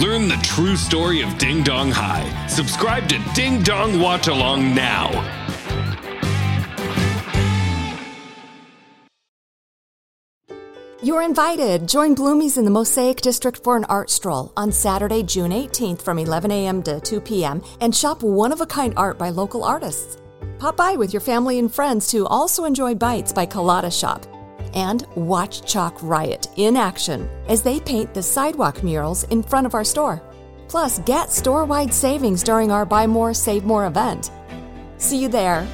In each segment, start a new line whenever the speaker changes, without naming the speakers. Learn the true story of Ding Dong High. Subscribe to Ding Dong Watch Along now.
You're invited. Join Bloomies in the Mosaic District for an art stroll on Saturday, June 18th from 11 a.m. to 2 p.m. and shop one of a kind art by local artists. Pop by with your family and friends to also enjoy Bites by Colada Shop and watch Chalk Riot in action as they paint the sidewalk murals in front of our store. Plus, get store wide savings during our Buy More, Save More event. See you there.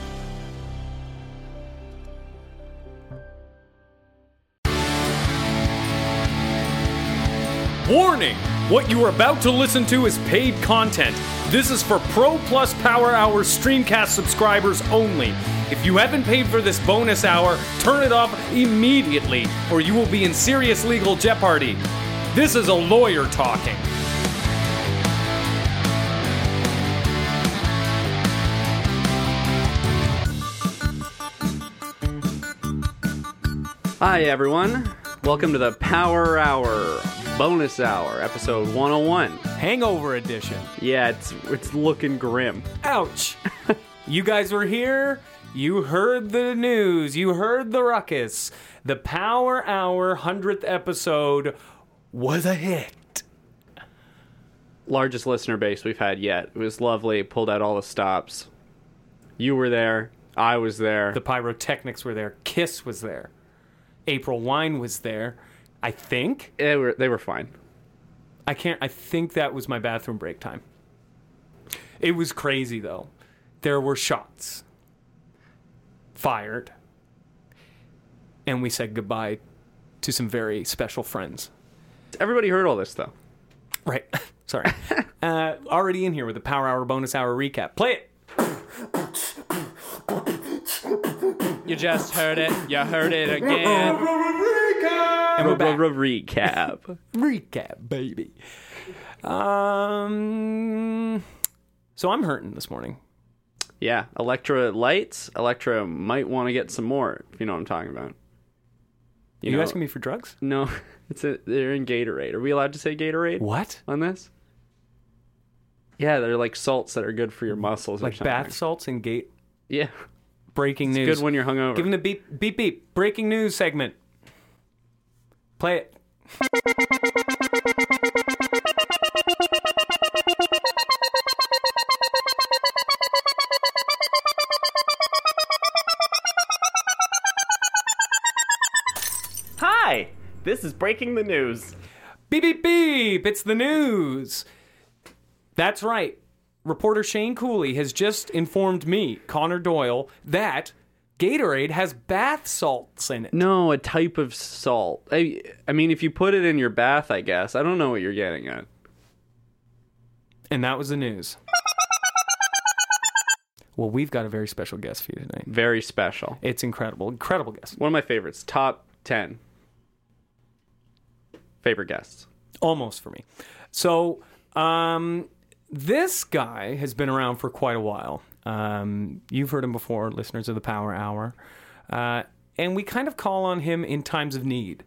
Warning! What you are about to listen to is paid content. This is for Pro Plus Power Hour Streamcast subscribers only. If you haven't paid for this bonus hour, turn it off immediately, or you will be in serious legal jeopardy. This is a lawyer talking.
Hi, everyone. Welcome to the Power Hour bonus hour, episode 101.
Hangover edition.
Yeah, it's it's looking grim.
Ouch! you guys were here. You heard the news. You heard the ruckus. The Power Hour 100th episode was a hit.
Largest listener base we've had yet. It was lovely. It pulled out all the stops. You were there. I was there.
The pyrotechnics were there. Kiss was there. April Wine was there. I think.
they were they were fine.
I can't. I think that was my bathroom break time. It was crazy though. There were shots fired, and we said goodbye to some very special friends.
Everybody heard all this though.
Right. Sorry. uh, already in here with the Power Hour bonus hour recap. Play it.
You just heard it. You heard it again.
And we're back.
Recap.
Recap, baby. Um. So I'm hurting this morning.
yeah, Electra lights. Electra might want to get some more. If you know what I'm talking about.
You,
know-
asking me for drugs?
No, it's a, they're in Gatorade. Are we allowed to say Gatorade?
What?
on this? Yeah, they're like salts that are good for your muscles. or
Mm, Like
something.
bath salts and gate
Yeah,
breaking news.
good when you're hungover.
Give him the beep, beep, beep. Breaking news segment. Play it.
Hi, this is breaking the news.
Beep, beep, beep. It's the news. That's right. Reporter Shane Cooley has just informed me, Connor Doyle, that Gatorade has bath salts in it.
no, a type of salt. I, I mean, if you put it in your bath, I guess. I don't know what you're getting at.
And that was the news. Well, we've got a very special guest for you tonight.
Very special.
It's incredible. Incredible guest.
One of my favorites. Top ten favorite guests.
almost for me. So, um, this guy has been around for quite a while. Um, you've heard him before, listeners of the Power Hour. Uh, and we kind of call on him in times of need,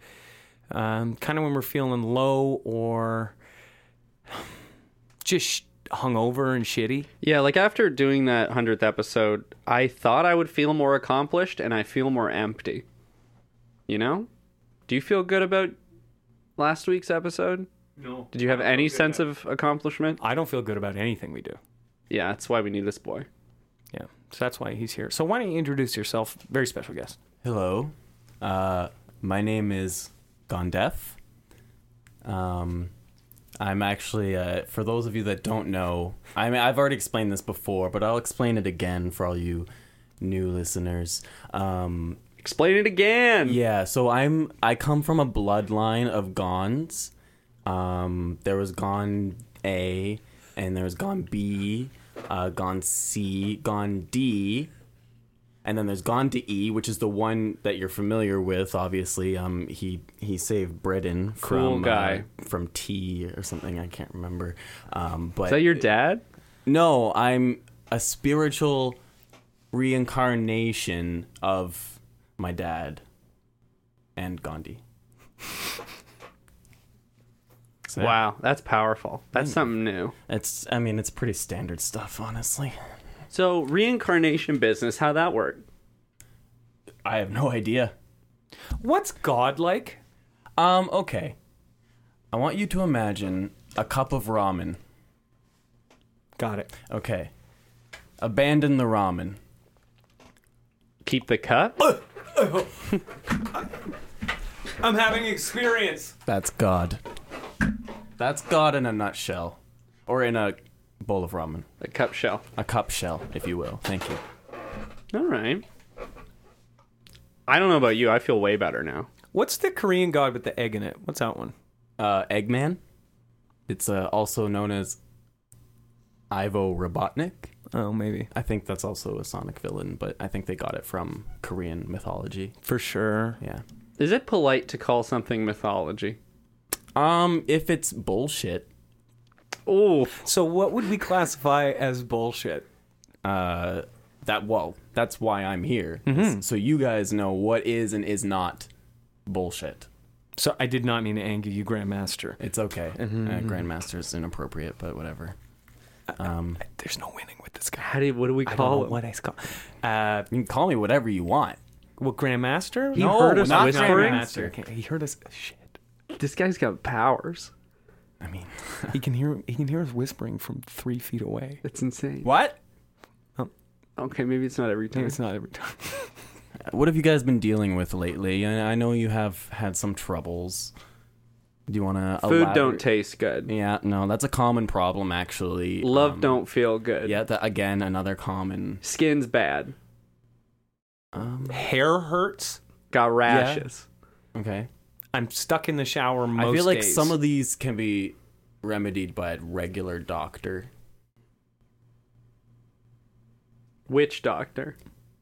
um, kind of when we're feeling low or just sh- hungover and shitty.
Yeah, like after doing that hundredth episode, I thought I would feel more accomplished, and I feel more empty. You know? Do you feel good about last week's episode?
No.
Did you have any sense of accomplishment?
I don't feel good about anything we do.
Yeah, that's why we need this boy.
Yeah. So that's why he's here. So why don't you introduce yourself? Very special guest.
Hello. Uh, my name is Gondef. Um, I'm actually, uh, for those of you that don't know, I mean, I've already explained this before, but I'll explain it again for all you new listeners. Um,
Explain it again.
Yeah, so I'm I come from a bloodline of Gons. Um, there was Gon A, and there was Gon B, uh, Gone C, Gone D, and then there's Gone to E, which is the one that you're familiar with. Obviously, um, he he saved Britain from
Cool guy.
uh, from T or something. I can't remember. Um, but
Is that your dad?
no, I'm a spiritual reincarnation of my dad and Gandhi. So, yeah,
Wow, that's powerful. That's something new.
It's I mean it's pretty standard stuff, honestly.
So reincarnation business, how that work?
I have no idea.
What's God like?
Um, okay. I want you to imagine a cup of ramen.
Got it.
Okay. Abandon the ramen.
Keep the cup.
I'm having experience.
That's God. That's God in a nutshell. Or in a bowl of ramen.
The cup shell.
a cup shell, if you will. Thank you.
All right. I don't know about you. I feel way better now.
What's the Korean god with the egg in it? What's that one?
Uh, Eggman. It's uh, also known as Ivo Robotnik.
Oh, maybe.
I think that's also a Sonic villain, but I think they got it from Korean mythology.
For sure.
Yeah.
Is it polite to call something mythology?
Um, if it's bullshit,
Oh,
So, what would we classify as bullshit?
uh, that well, that's why I'm here. So you guys know what is and is not bullshit.
So, I did not mean to anger you, Grandmaster.
It's okay. Uh, Grandmaster is inappropriate, but whatever. Um,
There's no winning with this guy.
how do what do we
I don't
call
know
it?
what I call. Uh,
you can call me whatever you want.
well, Grandmaster. He
heard us
not
whispering?
Grandmaster. Okay, He heard us. Shit.
This guy's got powers.
I mean,
He can hear. He can hear us whispering from three feet away.
That's insane.
what?
Okay, maybe it's not every time.
It's not every time.
What have you guys been dealing with lately? I I know you have had some troubles. Do you want to
Food don't taste good.
Yeah, no, that's a common problem actually.
Love
Um,
don't feel good.
Yeah, that again another common.
Skin's bad.
Um,
Hair hurts.
Got rashes.
okay,
I'm stuck in the shower most
I feel like
days.
some of these can be remedied by a regular doctor.
Witch doctor.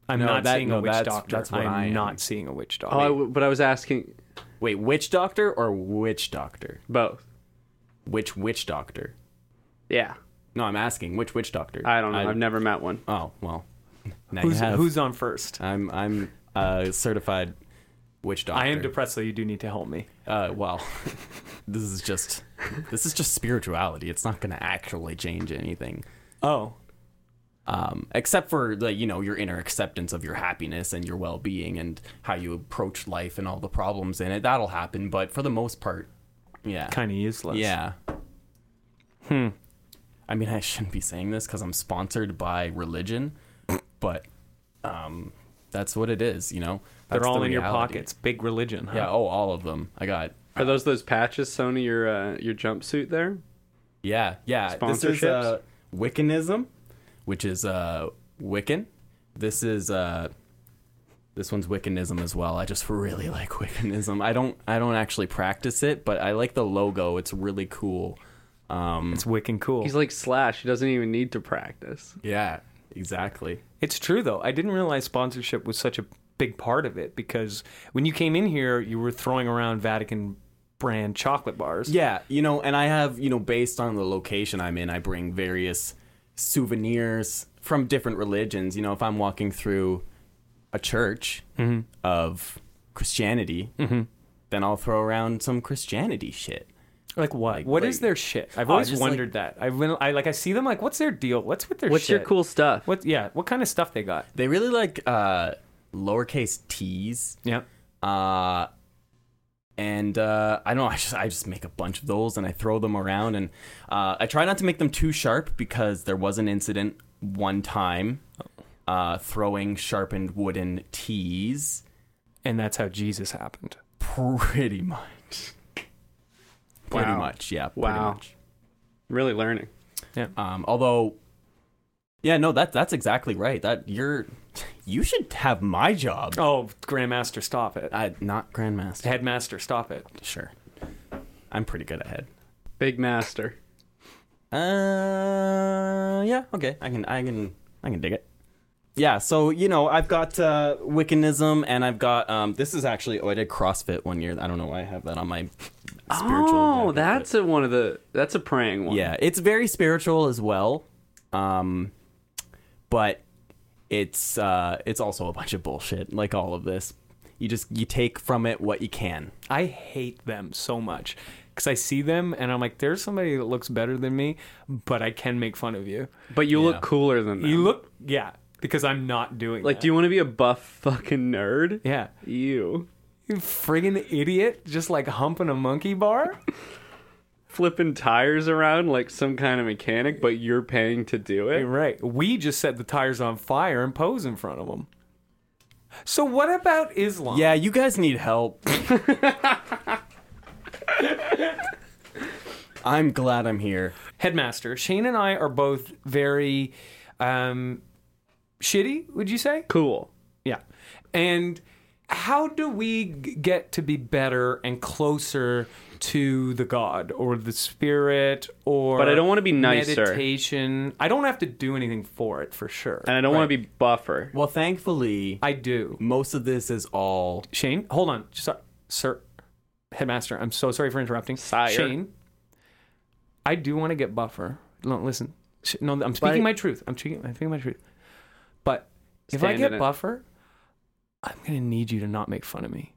I'm
No,
not
that-
seeing
no,
a witch
that's-
doctor.
that's what
I'm
I am.
not seeing a witch doctor.
Oh, I w but I was asking
Wait, witch doctor or witch doctor?
both.
Which witch doctor?
Yeah,
No, I'm asking which witch doctor.
I don't know. I, have never met one.
Oh well, now
who's,
you have.
who's on first?
I'm I'm a certified witch doctor.
I am depressed, so you do need to help me.
Uh, well, this is just this is just spirituality. It's not going to actually change anything,
Oh,
um, except for the you know your inner acceptance of your happiness and your well being and how you approach life and all the problems in it. That'll happen, but for the most part, yeah,
kind of useless.
yeah. Hmm. I mean, I shouldn't be saying this because I'm sponsored by religion, but um, that's what it is. You know,
they're
That's
all
the
in your
reality.
pockets. Big religion. Huh?
Yeah. Oh, all of them. I got
Are those those patches sewn to your uh, your jumpsuit there?
Yeah, yeah. This is uh, Wiccanism, which is uh, Wiccan. This is uh, this one's Wiccanism as well. I just really like Wiccanism. I don't I don't actually practice it, but I like the logo. It's really cool. Um,
It's wicked cool.
He's like Slash. He doesn't even need to practice.
yeah, exactly.
It's true though. I didn't realize sponsorship was such a big part of it because when you came in here, you were throwing around Vatican brand chocolate bars.
Yeah, you know, and I have, you know, based on the location I'm in, I bring various souvenirs from different religions. You know, if I'm walking through a church of Christianity, then I'll throw around some Christianity shit.
Like what? What is
like-
their shit? I've
Oh,
always
just
wondered that. I've been, I like I see them like what's their deal? What's with their
What's your
shit?
cool stuff?
What yeah, what kind of stuff they got?
They really like uh lowercase t's.
Yeah.
Uh and uh, I don't know, I just I just make a bunch of those and I throw them around and uh, I try not to make them too sharp because there was an incident one time uh, throwing sharpened wooden tees
And that's how Jesus happened.
pretty much. Pretty
Wow.
much, yeah. Pretty
Wow.
much.
Really learning.
Um, although Yeah, no, that that's exactly right. That you're you should have my job.
Oh, Grandmaster, stop it.
I, not grandmaster.
Headmaster, stop it.
Sure. I'm pretty good at head.
Big master.
Uh, yeah, okay. I can, I can, I can dig it. Yeah, so you know, I've got uh, Wiccanism, and I've got um, this is actually oh, I did CrossFit one year. I don't know why I have that on my spiritual.
Oh,
jacket,
that's a, one of the. That's a praying
but-
one.
yeah, it's very spiritual as well, um, but it's uh, it's also a bunch of bullshit, like all of this. You just you take from it what you can.
I hate them so much because I see them and I'm like, there's somebody that looks better than me, but I can make fun of you.
But you look cooler than that.
You look, yeah, because I'm not doing
like.
that.
Do you want to be a buff fucking nerd?
Yeah.
You
You friggin' idiot, just like humping a monkey bar?
flipping tires around like some kind of mechanic, but you're paying to do it.
right. We just set the tires on fire and pose in front of them. So, what about Islam?
Yeah, you guys need help. I'm glad I'm here.
Headmaster, Shane and I are both very um, shitty, would you say?
Cool.
Yeah. And how do we g- get to be better and closer to the God or the Spirit or
But I don't wanna be nicer.
Meditation. I don't have to do anything for it for sure.
And I don't want to be buffer.
Well, thankfully,
I do.
most of this is all
Shane, hold on. So, sir, headmaster, I'm so sorry for interrupting.
Sire.
Shane, I do want to get buffer. No, listen. Sh- No, I'm speaking
But-
my truth. I'm speaking, I'm speaking my truth. But if I
Stand in
get
it.
buffer, I'm going to need you to not make fun of me.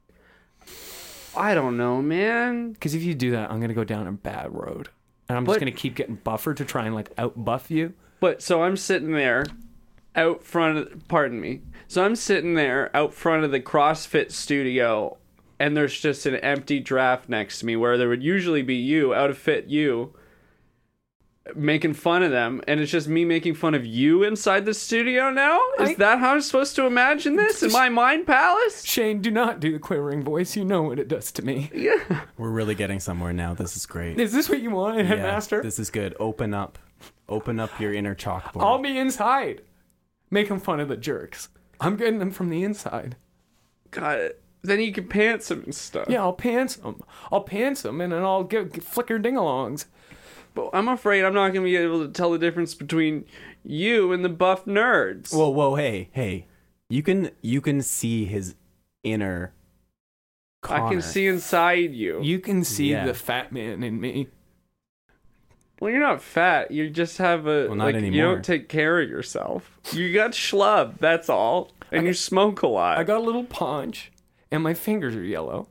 I don't know, man.
Because if you do that, I'm going to go down a bad road. And I'm just
But-
going to keep getting buffer to try and like out buff you.
But so I'm sitting there out front of, pardon me. So I'm sitting there out front of the CrossFit studio and there's just an empty draft next to me where there would usually be you out of fit you making fun of them and it's just me making fun of you inside the studio now? Is
I-
that how I'm supposed to imagine this in my mind palace?
Shane, do not do the quivering voice. You know what it does to me.
we're really getting somewhere now. This is great.
Is this what you want,
Yeah,
headmaster?
this is good. Open up. Open up your inner chalkboard.
I'll be inside making fun of the jerks. I'm getting them from the inside.
God, then you can pants him and stuff.
Yeah, I'll pants them. I'll pants them and then I'll give, flicker ding alongs.
But I'm afraid I'm not going to be able to tell the difference between you and the buff nerds.
whoa, whoa, hey, hey. You can you can see his inner
I
Connor.
can see inside you.
You can see
Yeah.
the fat man in me.
Well, you're not fat. You just have a
Well, not
like. You
anymore.
don't take care of yourself. You got schlub. That's all. And you smoke a lot.
I got a little paunch and my fingers are yellow.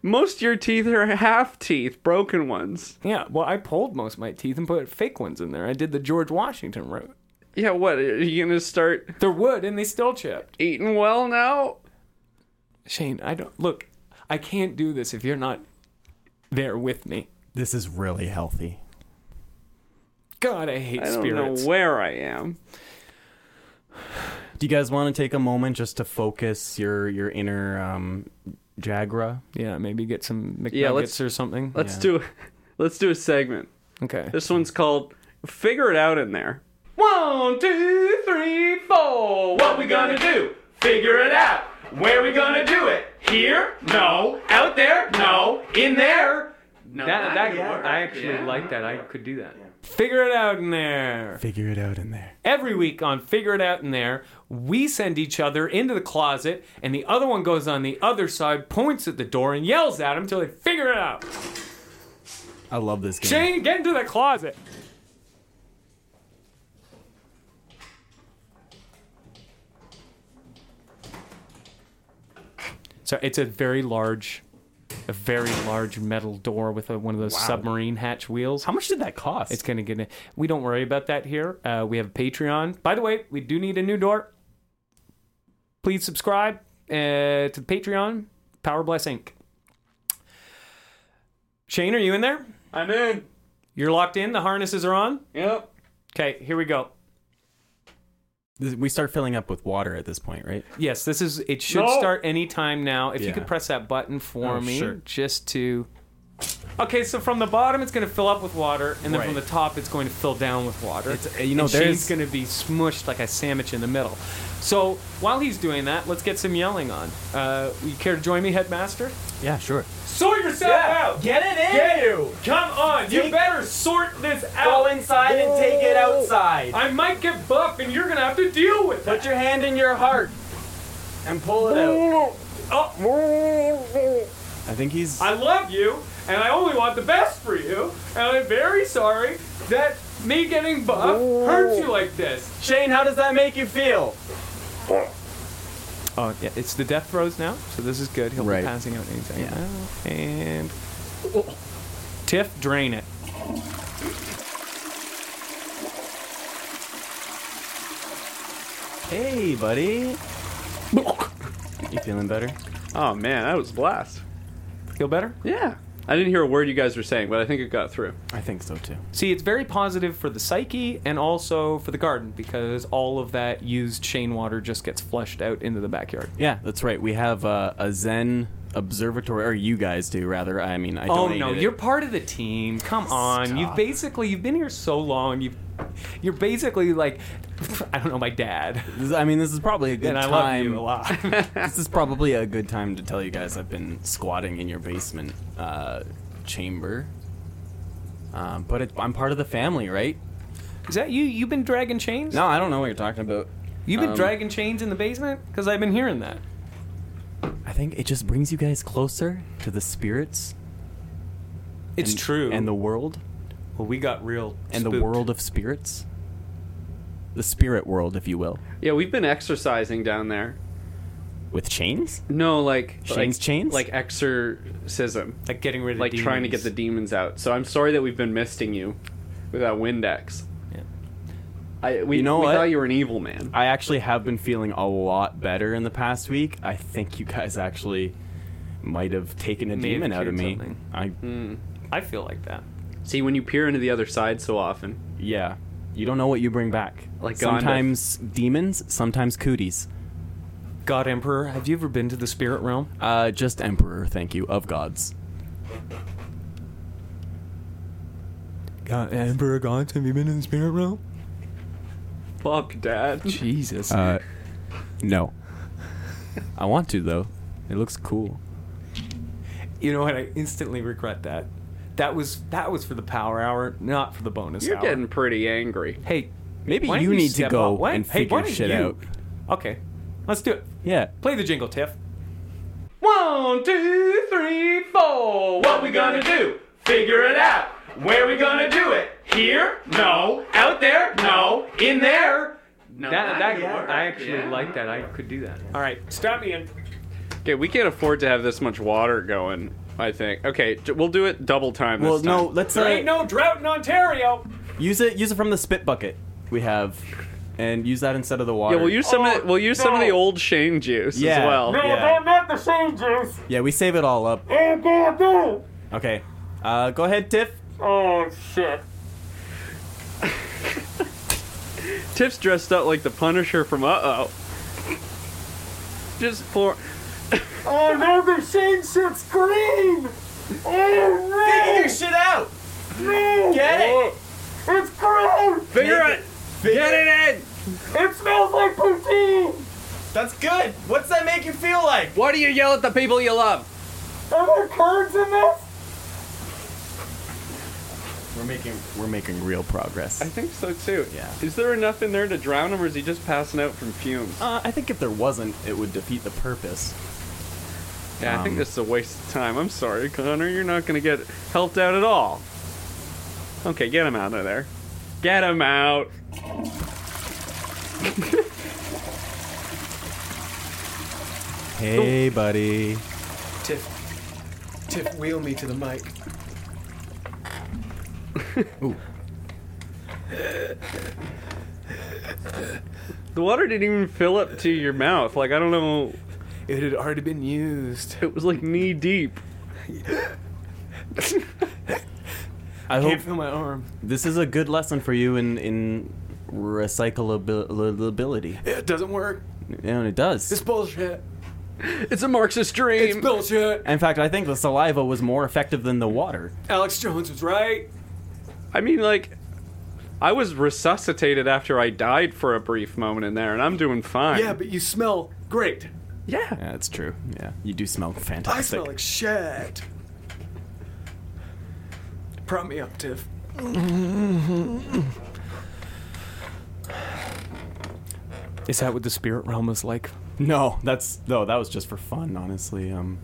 Most of your teeth are half teeth, broken ones.
Yeah, well, I pulled most of my teeth and put fake ones in there. I did the George Washington route.
Yeah. What are you gonna start
They're wood and they still chipped.
eating well now?
Shane, I don't look. I can't do this if you're not there with me.
This is really healthy.
God, I hate
I don't
spirits.
know where I am.
Do you guys want to take a moment just to focus your your inner um Jagra?
yeah, maybe get some McNuggets
Yeah, let's-
or something.
Let's do. Let's do a segment.
Okay.
This one's called "Figure It Out" in there.
One, two, three, four. What we gonna do? Figure it out. Where we gonna do it? Here? No. Out there? No. In there? No.
That, that, I actually like that. I could do that. Figure it out in there.
Figure it out in there.
Every week on Figure It Out in There, we send each other into the closet, and the other one goes on the other side, points at the door, and yells at him until they figure it out.
I love this game.
Shane, get into the closet. So it's a very large, a very large metal door with a, one of those submarine hatch wheels.
How much did that cost?
It's gonna get. In. We don't worry about that here. Uh, we have Patreon. By the way, we do need a new door. Please subscribe uh, to the Patreon. Power Bless Inc. Shane, are you in there?
I'm in.
You're locked in. The harnesses are on.
Yep.
Okay, here we go.
This- we start filling up with water at this point, right?
Yes, this is. It should
No.
start any time now. If you
Yeah.
could press that button for
Oh,
me,
sure.
just to Okay, so from the bottom it's going to fill up with water, and then from the
Right.
top it's going to fill down with water.
It's- uh, you know,
and
there's-
she's going to be smushed like a sandwich in the middle. So while he's doing that, let's get some yelling on. Uh, you care to join me, headmaster?
Yeah, sure.
Sort yourself out.
Get it in.
Get you. Come on, you
Take-
better sort this out.
Go inside and take it outside.
I might get buff, and you're going to have to deal with
Put
it.
your hand in your heart and pull it out.
I think he's.
I love you, and I only want the best for you, and I'm very sorry that me getting buff hurts you like this.
Shane, how does that make you feel?
Oh yeah, it's the death throes now, so this is good. He'll
Right.
be passing out any second now. And Tiff, drain it.
Hey, buddy. You feeling better?
Oh man, that was a blast.
Feel better?
Yeah. I didn't hear a word you guys were saying, but I think it got through.
I think so too.
See, it's very positive for the psyche and also for the garden because all of that used Shane water just gets flushed out into the backyard.
Yeah, that's right. We have uh, a Zen observatory, or you guys do rather. I mean, I
Oh
donated
no,
it.
you're part of the team. Come on, you've
Stop.
basically you've been here so long. You've you're basically like I don't know my dad.
This- I mean, this is probably a good
And I love
time.
you a lot.
this is probably a good time to tell you guys I've been squatting in your basement uh, chamber. Um, but it, I'm part of the family, right?
Is that you? You've been dragging chains?
No, I don't know what you're talking about.
You've been
um,
dragging chains in the basement? Because I've been hearing that.
I think it just brings you guys closer to the spirits.
It's
and-
true.
And the world.
well, we got real.
And the
spooked.
world of spirits. The spirit world, if you will.
Yeah, we've been exercising down there.
With chains?
No, like
Shane's
like,
chains?
like exorcism,
like getting rid of
like trying to get the
demons.
demons out. So I'm sorry that we've been misting you with that Windex.
Yeah.
I we,
You know
we
what?
thought you were an evil man.
I actually have been feeling a lot better in the past week. I think you guys actually might have taken a
May have
demon out of
cured
me.
something.
I
I feel like that.
See, when you peer into the other side so often,
yeah. You don't know what you bring back.
Like Gandalf.
sometimes demons, sometimes cooties.
God Emperor, have you ever been to the spirit realm?
Uh, just emperor, thank you, of gods.
God Emperor God, have you been in the spirit realm?
fuck, Dad.
Jesus.
Uh, no. I want to though. It looks cool.
you know what? I instantly regret that. That was that was for the power hour, not for the bonus
You're
hour.
getting pretty angry.
Hey,
Maybe
why don't
you need to
step
go
up? Why-
and
hey, why
figure
don't
shit
you-
out.
Okay, let's do it.
Yeah.
Play the jingle, Tiff.
One, two, three, four. What we gonna do? Figure it out. Where we gonna do it? Here? No. Out there? No. In there? No.
like that. I could do that. All right, strap me in.
Okay, we can't afford to have this much water going. I think. Okay, j- we'll do it double time.
Well,
this time.
no. Let's
There
uh,
ain't no drought in Ontario.
use it. Use it from the spit bucket we have, and use that instead of the water.
Yeah, we'll use some. of the, we'll use some of the old Shane juice as
Yeah.
well.
No. Yeah.
they're not the same juice.
Yeah, we save it all up.
Oh, God, no.
Okay. Uh, go ahead, Tiff.
Oh, shit.
Tiff's dressed up like the Punisher from Uh Oh. Just for
Oh, no, the same shit's green. Oh,
Figure your shit out.
no.
Get it.
It's green.
figure it. Get it in.
It smells like poutine.
That's good. What's that make you feel like?
Why do you yell at the people you love?
Are there curds in this?
We're making we're making real progress.
I think so too.
Yeah.
Is there enough in there to drown him, or is he just passing out from fumes?
Uh, I think if there wasn't, it would defeat the purpose.
yeah, I think
Um.
this is a waste of time. I'm sorry, Connor. You're not gonna get helped out at all. Okay, get him out of there. Get him out.
Hey, buddy.
Tiff, Tiff, wheel me to the mic.
The water didn't even fill up to your mouth. Like I don't know.
It had already been used.
It was like knee deep.
I hope
Can't feel my arm.
this is a good lesson for you in in recyclability.
It doesn't work.
And it does.
bullshit.
It's a Marxist dream.
It's bullshit.
In fact, I think the saliva was more effective than the water.
Alex Jones was right.
I mean, like, I was resuscitated after I died for a brief moment in there, and I'm doing fine.
Yeah, but you smell great.
yeah.
Yeah, that's true. Yeah, you do smell
I
fantastic.
smell like shit. Prop me up, Tiff.
Is that what the spirit realm is like?
No, that's no, that was just for fun, honestly. Um,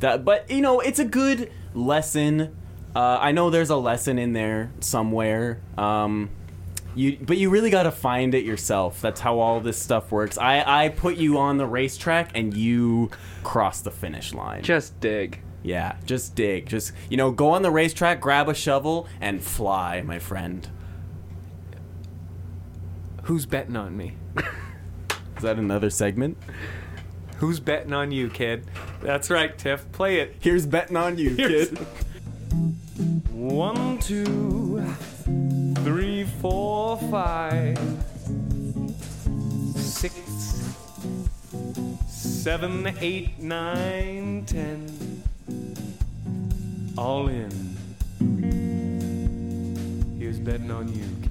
that, but you know, it's a good lesson. Uh, I know there's a lesson in there somewhere. Um, you, but you really got to find it yourself. That's how all this stuff works. I, I put you on the racetrack and you cross the finish line.
Just dig.
yeah, just dig. Just you know, go on the racetrack, grab a shovel, and fly, my friend.
Who's betting on me?
Is that another segment?
Who's betting on you, kid? That's right, Tiff. Play it.
Here's betting on you, kid.
One, two, three, four, five, six, seven, eight, nine, ten. All in. Here's betting on you, kid.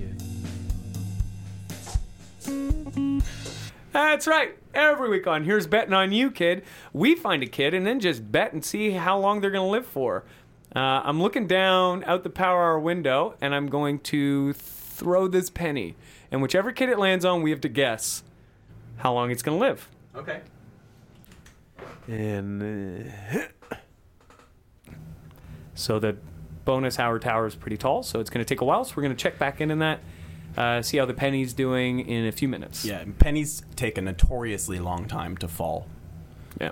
That's right. Every week on Here's Betting on You, Kid, we find a kid and then just bet and see how long they're going to live for. Uh, I'm looking down out the power hour window and I'm going to throw this penny. And whichever kid it lands on, we have to guess how long it's going to live.
Okay.
And uh, so the bonus hour tower is pretty tall, so it's going to take a while. So we're going to check back in on that, uh, see how the penny's doing in a few minutes.
Yeah, pennies take a notoriously long time to fall.
Yeah.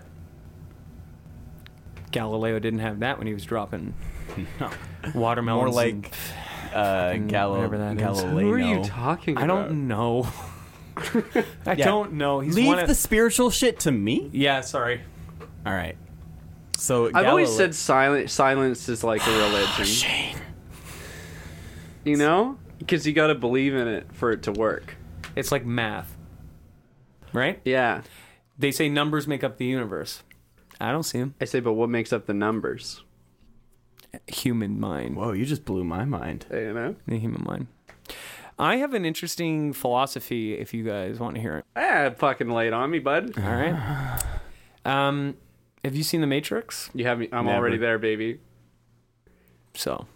Galileo didn't have that when he was dropping watermelons.
More
and-
like uh, Gallo,
whatever that is.
Galileo.
Who are you talking
I
about?
don't know. I don't know. He's
Leave
one of-
the spiritual shit to me.
yeah, sorry.
All right. So
I've always said silent, silence is like a religion. Shane. You know? Because you got to believe in it for it to work.
It's like math. Right?
Yeah.
They say numbers make up the universe. I don't see them.
I say, but what makes up the numbers?
Human mind.
Whoa, you just blew my mind.
You know?
The human mind. I have an interesting philosophy if you guys want to hear it.
Ah, fucking laid on me, bud.
All right. Um, have you seen The Matrix?
You have me. I'm already there, baby.
So.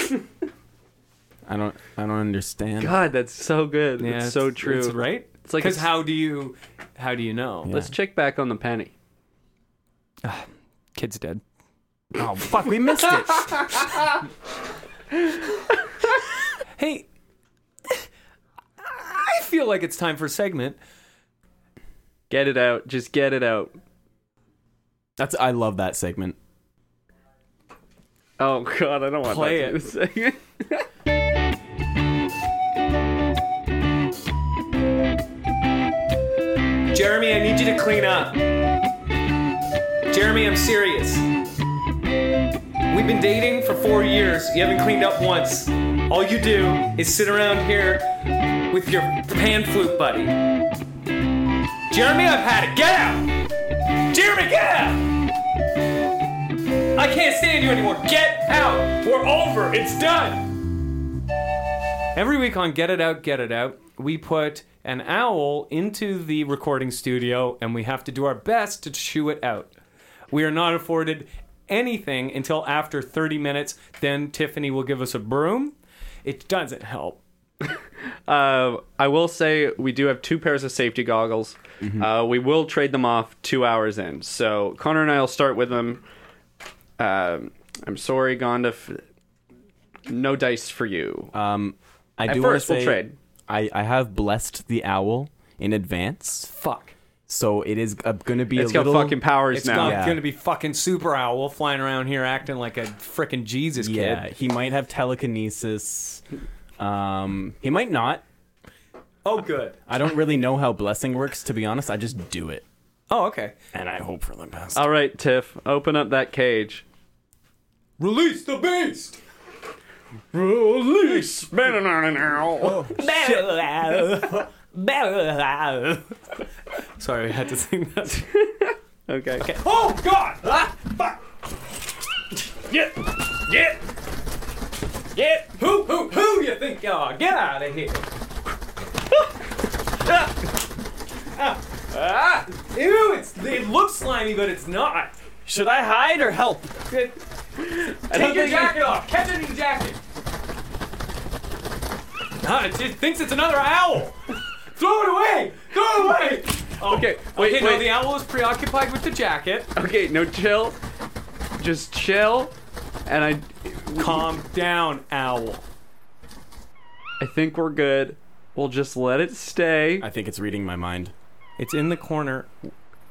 I don't. I don't understand.
God, that's so good.
Yeah,
that's so true.
it's right? It's
like
like because
it's-
how do you how do you know?
Let's check back on the penny.
Kid's dead.
Oh fuck, we missed it.
Hey, I feel like it's time for a segment.
Get it out. Just get it out.
That's. I love that segment.
Oh God, I don't want
Play
that to be a segment.
Jeremy, I need you to clean up. Jeremy, I'm serious. We've been dating for four years. You haven't cleaned up once. All you do is sit around here with your pan flute buddy. Jeremy, I've had it. Get out! Jeremy, get out! I can't stand you anymore. Get out! We're over. It's done. Every week on Get It Out, Get It Out, we put an owl into the recording studio and we have to do our best to chew it out. We are not afforded anything until after 30 minutes. Then Tiffany will give us a broom. It doesn't help.
Uh, I will say we do have two pairs of safety goggles.
Mm-hmm.
Uh, we will trade them off two hours in. So Connor and I will start with them. Um, I'm sorry, Gondif. No dice for you.
Um, I
At
do want to
first, we'll
say
trade.
I I have blessed the owl in advance,
Fuck.
so it is uh, going to be
it's
a
got
little
fucking powers
It's
now.
not
Yeah.
going to be fucking Super Owl flying around here acting like a freaking Jesus
Yeah,
kid.
he might have telekinesis. Um, he might not.
Oh, good.
I don't really know how blessing works, to be honest. I just do it.
Oh, okay.
And I hope for the best.
All right, Tiff, open up that cage.
Release the beast!
Release.
Shit. Sorry, I had to sing that.
Okay. okay.
Oh God! Ah, fuck!
Get, get, get. Who, who, who you think you are? Get out of here. ah, ah, ew, it's, it looks slimy, but it's not.
Should I hide or help?
It-
don't
take your
think-
jacket off. Catch it in your jacket. Ah, it, it thinks it's another owl. Throw it away. Throw it away. Oh,
Okay, wait,
okay,
wait.
no, the owl is preoccupied with the jacket.
Okay, no chill. Just chill. And I
Calm down, owl.
I think we're good. We'll just let it stay.
I think it's reading my mind.
It's in the corner.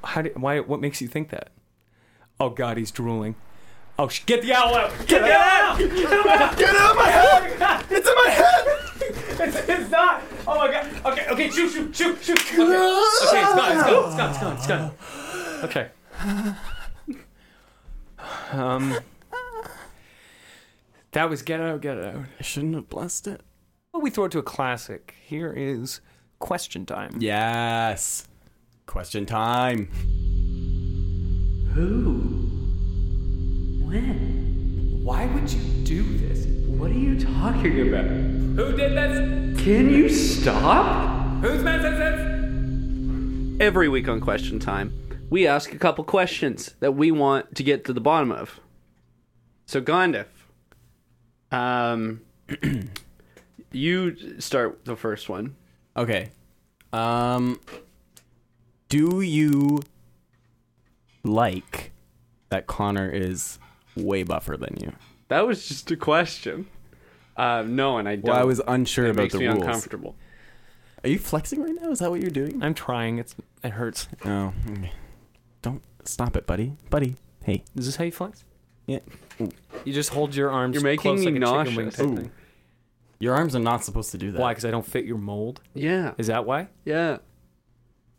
How? Do, why? What makes you think that? Oh God, he's drooling. Oh, sh- get the owl out! Get the owl out! Get him out! Get out of my head! It's in my head! it's, it's not. Oh my God. Okay, okay, shoot, shoot, shoot, shoot. Okay, okay it's gone. It's gone. It's gone. It's gone. It's gone. Okay. Um. That was get out, get out.
I shouldn't have blessed it.
Well, we throw it to a classic. Here is question time.
Yes. Question time.
Why would you do this?
What are you talking about?
Who did this?
Can you stop?
Who's Mrs.
Every week on Question Time, we ask a couple questions that we want to get to the bottom of. So Gondif, um, you start the first one.
Okay. Um do you like that Connor is way buffer than you?
That was just a question. Uh, no, and I don't.
Well, I was unsure
it
about
makes
the
me
rules.
uncomfortable.
Are you flexing right now? Is that what you're doing?
I'm trying. It's it hurts.
No. okay. Don't stop it, buddy. Buddy. Hey.
Is this how you flex?
Yeah.
You just hold your arms.
You're making
close
me
like a chicken wing
nauseous.
type
Ooh.
thing.
Your arms are not supposed to do that.
Why? Because I don't fit your mold.
Yeah,
Is that why?
yeah.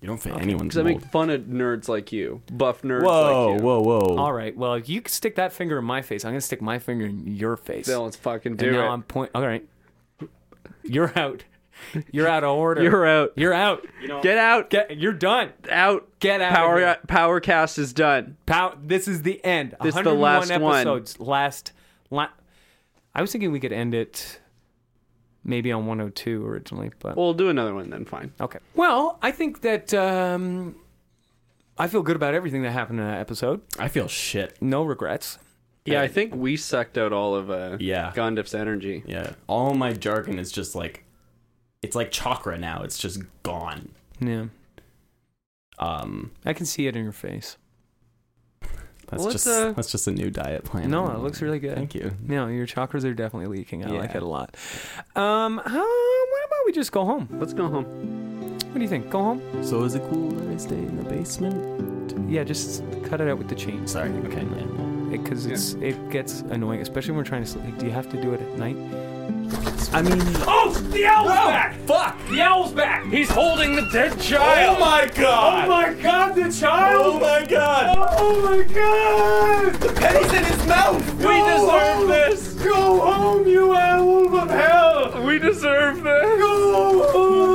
You don't fit anyone's
Because I make
mold.
fun of nerds like you, buff nerds
Whoa,
like you.
Oh, whoa, whoa.
All right. Well, you can stick that finger in my face. I'm gonna stick my finger in your face.
Then let's fucking do
and now
it.
I'm point. All right. You're out. You're out of order.
You're out.
You're out.
Get out. Get
Get. You're done.
out.
Get out of
Power
here.
Powercast is done.
Pow- this is the end.
This is the
101
last one.
episodes. Last. La- I was thinking we could end it, maybe on 102 originally, but
We'll do another one then. Fine.
Okay. Well, I think that um, I feel good about everything that happened in that episode.
I feel shit.
No regrets.
Yeah, I think we sucked out all of uh,
Yeah.
Gondif's energy.
Yeah. All my jargon is just like it's like chakra now. It's just gone.
Yeah.
Um
I can see it in your face.
that's
Well,
just
let's, uh,
that's just a new diet plan.
No, it looks really good.
Thank you.
No, your chakras are definitely leaking. I like
Yeah.
it a lot. Um, how, why about we just go home?
Let's go home.
What do you think? Go home?
So is it cool that I stay in the basement?
Yeah, just cut it out with the chains.
Sorry. Okay. Yeah.
Because it's it gets annoying, especially when we're trying to sleep. Like, do you have to do it at night?
I mean,
Oh, the owl's back!
fuck!
The owl's back! He's holding the dead child.
Oh my god!
Oh my God, the child!
my god!
Oh my God!
The penny's in his mouth.
We deserve this. Go home, you owl of hell.
We deserve this.
Go home.